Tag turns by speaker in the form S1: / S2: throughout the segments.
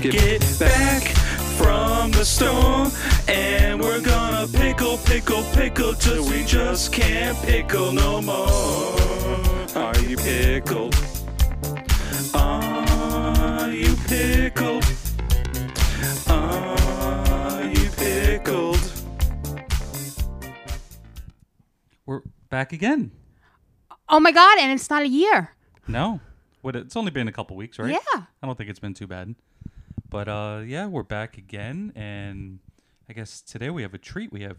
S1: get back from the storm. And we're gonna pickle, pickle, pickle till we just can't pickle no more. Are you pickled? Are you pickled? Are you pickled?
S2: We're back again.
S3: Oh my god! And it's not a year.
S2: No, what? It's only been a couple weeks, right?
S3: Yeah.
S2: I don't think it's been too bad. But uh, yeah, we're back again, and I guess today we have a treat. We have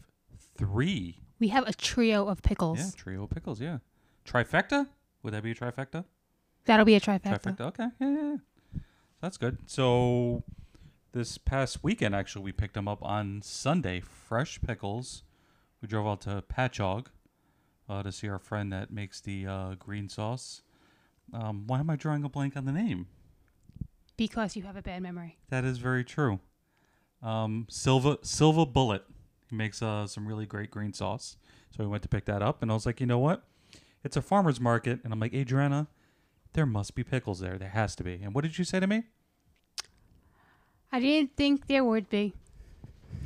S2: three,
S3: We have a trio of pickles.
S2: yeah, trio pickles, yeah, trifecta. Would that be a trifecta?
S3: That'll be a trifecta.
S2: Trifecta. Okay. Yeah, yeah, yeah. That's good. So this past weekend, actually, we picked them up on Sunday. Fresh pickles. We drove out to Patchogue uh, to see our friend that makes the uh, green sauce. Um, why am I drawing a blank on the name?
S3: Because you have a bad memory.
S2: That is very true. Um, Silva Silva Bullet. He makes uh, some really great green sauce. So we went to pick that up, and I was like, you know what? It's a farmer's market, and I'm like, Adriana, there must be pickles there. There has to be. And what did you say to me?
S3: I didn't think there would be.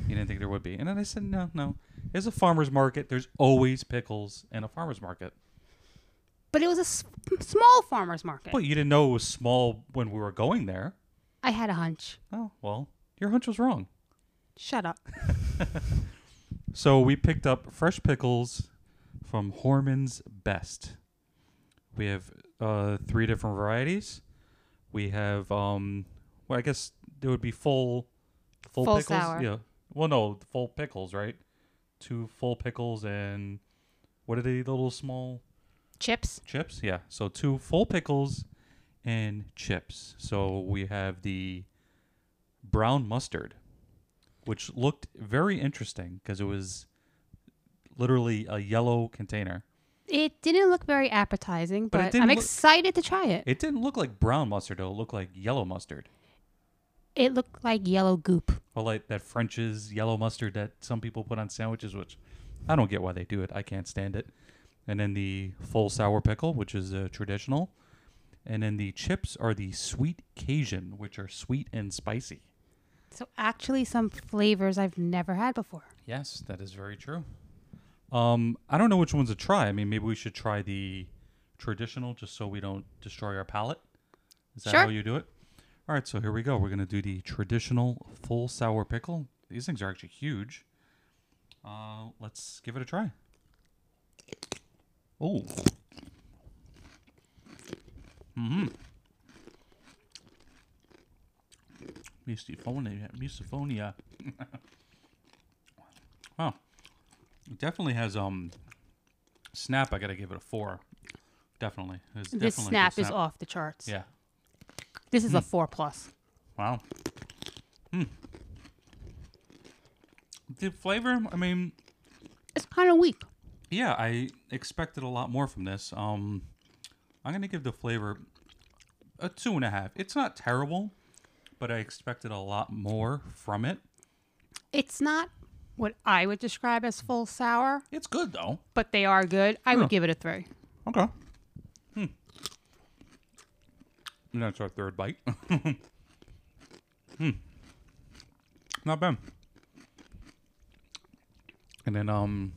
S2: You didn't think there would be. And then I said, no, no. It's a farmer's market. There's always pickles in a farmer's market.
S3: But it was a s- small farmer's market.
S2: But you didn't know it was small when we were going there.
S3: I had a hunch.
S2: Oh, well, your hunch was wrong.
S3: Shut up.
S2: So we picked up fresh pickles from Horman's Best. We have uh, three different varieties. We have, um, well, I guess there would be full, full,
S3: Full
S2: pickles.
S3: sour.
S2: Yeah. Well, no, full pickles, right? Two full pickles and what are they? Little small
S3: Chips.
S2: chips. Yeah. So two full pickles and chips. So we have the brown mustard, which looked very interesting because it was literally a yellow container.
S3: It didn't look very appetizing,
S2: But it
S3: but,
S2: didn't
S3: I'm
S2: look-
S3: excited to try it. it.
S2: It didn't look like brown mustard though. It looked like yellow mustard.
S3: looked like yellow goop.
S2: Or like that French's yellow mustard that some people put on sandwiches, which I don't get why they do it. I can't stand it. And then the full sour pickle, which is uh, traditional. And then the chips are the sweet Cajun, which are sweet and spicy.
S3: So actually, some flavors I've never had before.
S2: Yes, that is very true. Um, I don't know which ones to try. I mean, maybe we should try the traditional just so we don't destroy our palate. Is that how
S3: Sure.
S2: you do it? All right, so here we go. We're going to do the traditional full sour pickle. These things are actually huge. Uh, let's give it a try. Oh. Mm-hmm. Misophonia. Misophonia. Wow. It definitely has um snap, I gotta give it a four. Definitely. It's definitely
S3: This
S2: a good
S3: snap, is off the charts.
S2: Yeah. Hmm.
S3: This is a four plus.
S2: Wow. Hmm. The flavor, I mean,
S3: It's kind of weak.
S2: yeah, I expected a lot more from this. Um I'm gonna give the flavor a two and a half. It's not terrible, but I expected a lot more from it.
S3: It's not what I would describe as full sour,
S2: It's good though.
S3: but they are good. I
S2: Yeah.
S3: would give it a three.
S2: Okay. Hmm. And that's our third bite. hmm. Not bad. And then um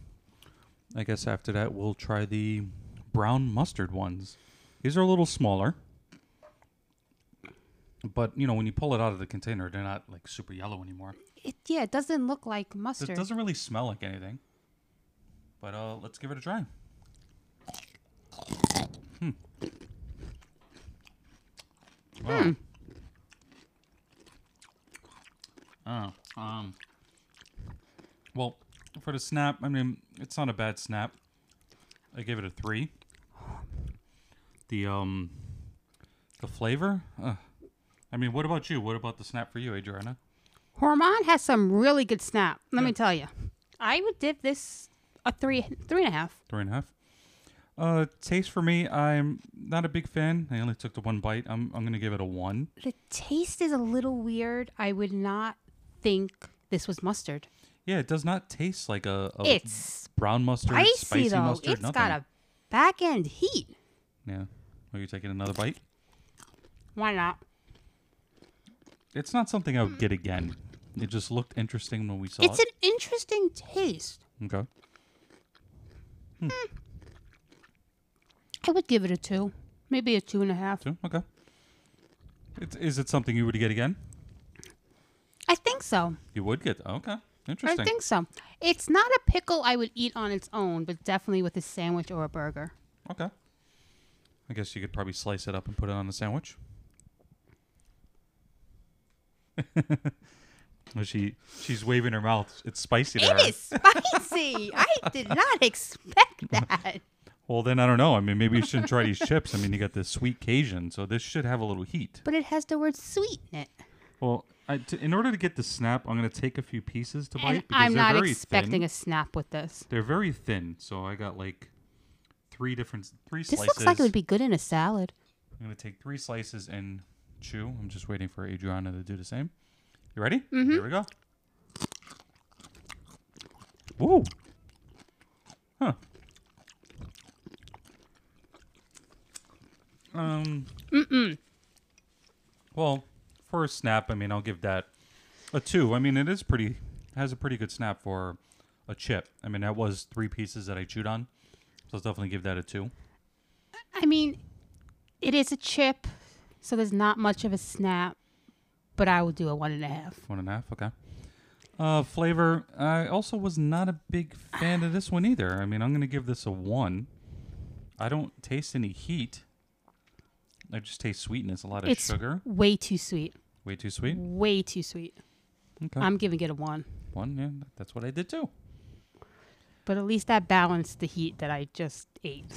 S2: I guess after that we'll try the brown mustard ones. These are a little smaller. But you know, when you pull it out of the container, they're not like super yellow anymore.
S3: It, yeah, it doesn't look like
S2: It
S3: mustard.
S2: doesn't really smell like anything. But uh, let's give it a try. Hmm. Wow. Oh, um. Well, for the snap, I mean, it's not a bad snap. I gave it a three. The um, the flavor. Uh, I mean, what about you? What about the snap for you, Adriana?
S3: Hormon has some really good snap. Let me tell you, I would give this a three, three and a half.
S2: Three and a half. Uh, taste for me, I'm not a big fan. I only took the one bite. I'm I'm gonna give it a one.
S3: The taste is a little weird. I would not think this was mustard.
S2: Yeah, it does not taste like a, a
S3: It's
S2: brown mustard,
S3: Spicy,
S2: Oh, spicy
S3: though.
S2: mustard.
S3: it's
S2: nothing.
S3: got a back end heat.
S2: yeah. Are you taking another bite?
S3: Why not?
S2: It's not something I would get again. It just looked interesting when we saw
S3: It's
S2: it.
S3: an interesting taste.
S2: okay.
S3: I would give it a two, maybe a two and a half.
S2: Two? Okay. It's, is it something you would get again?
S3: I think so.
S2: You would get. Okay.
S3: I
S2: Interesting.
S3: think so. It's not a pickle I would eat on its own, but definitely with a sandwich or a burger.
S2: Okay. I guess you could probably slice it up and put it on the sandwich. Well, she she's waving her mouth. It's spicy to her.
S3: It is spicy. I did not expect that.
S2: Well, then I don't know. I mean, maybe you shouldn't try these chips. I mean, you got this sweet Cajun, so this should have a little heat.
S3: But it has the word sweet in it.
S2: Well, I, to, in order to get the snap, I'm going to take a few pieces to
S3: And
S2: bite because
S3: I'm
S2: they're
S3: not
S2: very
S3: expecting
S2: thin.
S3: a snap with this.
S2: They're very thin, so I got like three different three
S3: This
S2: slices.
S3: looks like it would be good in a salad.
S2: I'm gonna take three slices and chew. I'm just waiting for Adriana to do the same. You ready? Mm-hmm. Here we go. Whoa. Huh. Um. Mm-mm. Well, for a snap, I mean, I'll give that a two. I mean, it is pretty has a pretty good snap for a chip. I mean, that was three pieces that I chewed on, so I'll definitely give that a two.
S3: I mean, it is a chip, so there's not much of a snap, but I would do a one and a half.
S2: One and a half. Okay. Uh, flavor. I also was not a big fan of this one either. I mean, I'm gonna give this a one. I don't taste any heat. I just taste sweetness, a lot of
S3: It's
S2: sugar.
S3: way too sweet.
S2: Way too sweet.
S3: Way too sweet.
S2: Okay.
S3: I'm giving it a one.
S2: one. Yeah, that's what I did too.
S3: But at least that balanced the heat that I just ate.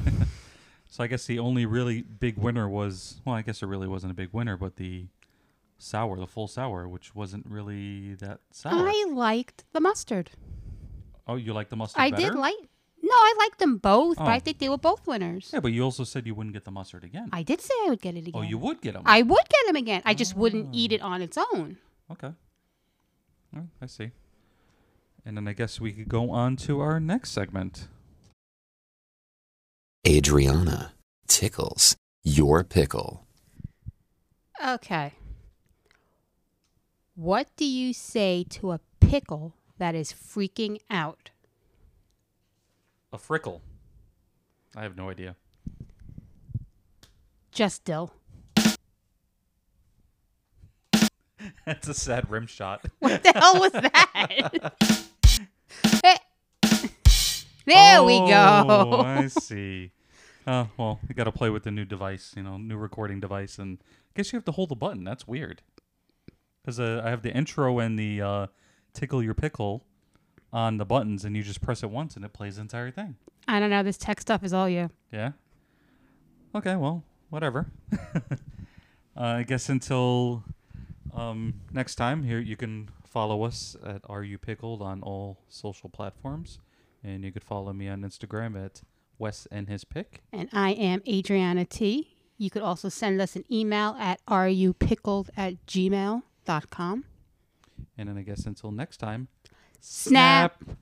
S2: So I guess the only really big winner was well, I guess it really wasn't a big winner, but the sour, the full sour, which wasn't really that sour.
S3: I liked the mustard.
S2: oh, you like the mustard
S3: I
S2: better?
S3: did like. No, I liked them both, but I
S2: Oh.
S3: think they were both winners.
S2: Yeah, but you also said you wouldn't get the mustard again.
S3: I did say I would get it again.
S2: oh, you Mm. would get them.
S3: I would get them again. I just wouldn't eat it on its own.
S2: Okay. Well, I see. And then I guess we could go on to our next segment.
S4: Adriana tickles your pickle.
S3: Okay. What do you say to a pickle that is freaking out?
S2: A frickle. I have no idea.
S3: Just dill.
S2: That's a sad rim shot.
S3: What the hell was that? Hey. there we
S2: Oh,
S3: go.
S2: I see. Uh, well, you got to play with the new device, you know, new recording device, and I guess you have to hold the button. That's weird. Because uh, I have the intro and the uh, tickle your pickle on the buttons, and you just press it once, and it plays the entire thing.
S3: I don't know. This tech stuff is all you.
S2: Yeah. Okay, well, whatever. uh, I guess until um, next time, here you can follow us at Are You Pickled on all social platforms, and you could follow me on Instagram at Wes and His Pick.
S3: And I am Adriana T. You could also send us an email at rupickled at gmail.com.
S2: And then I guess until next time,
S3: Snap.
S2: snap.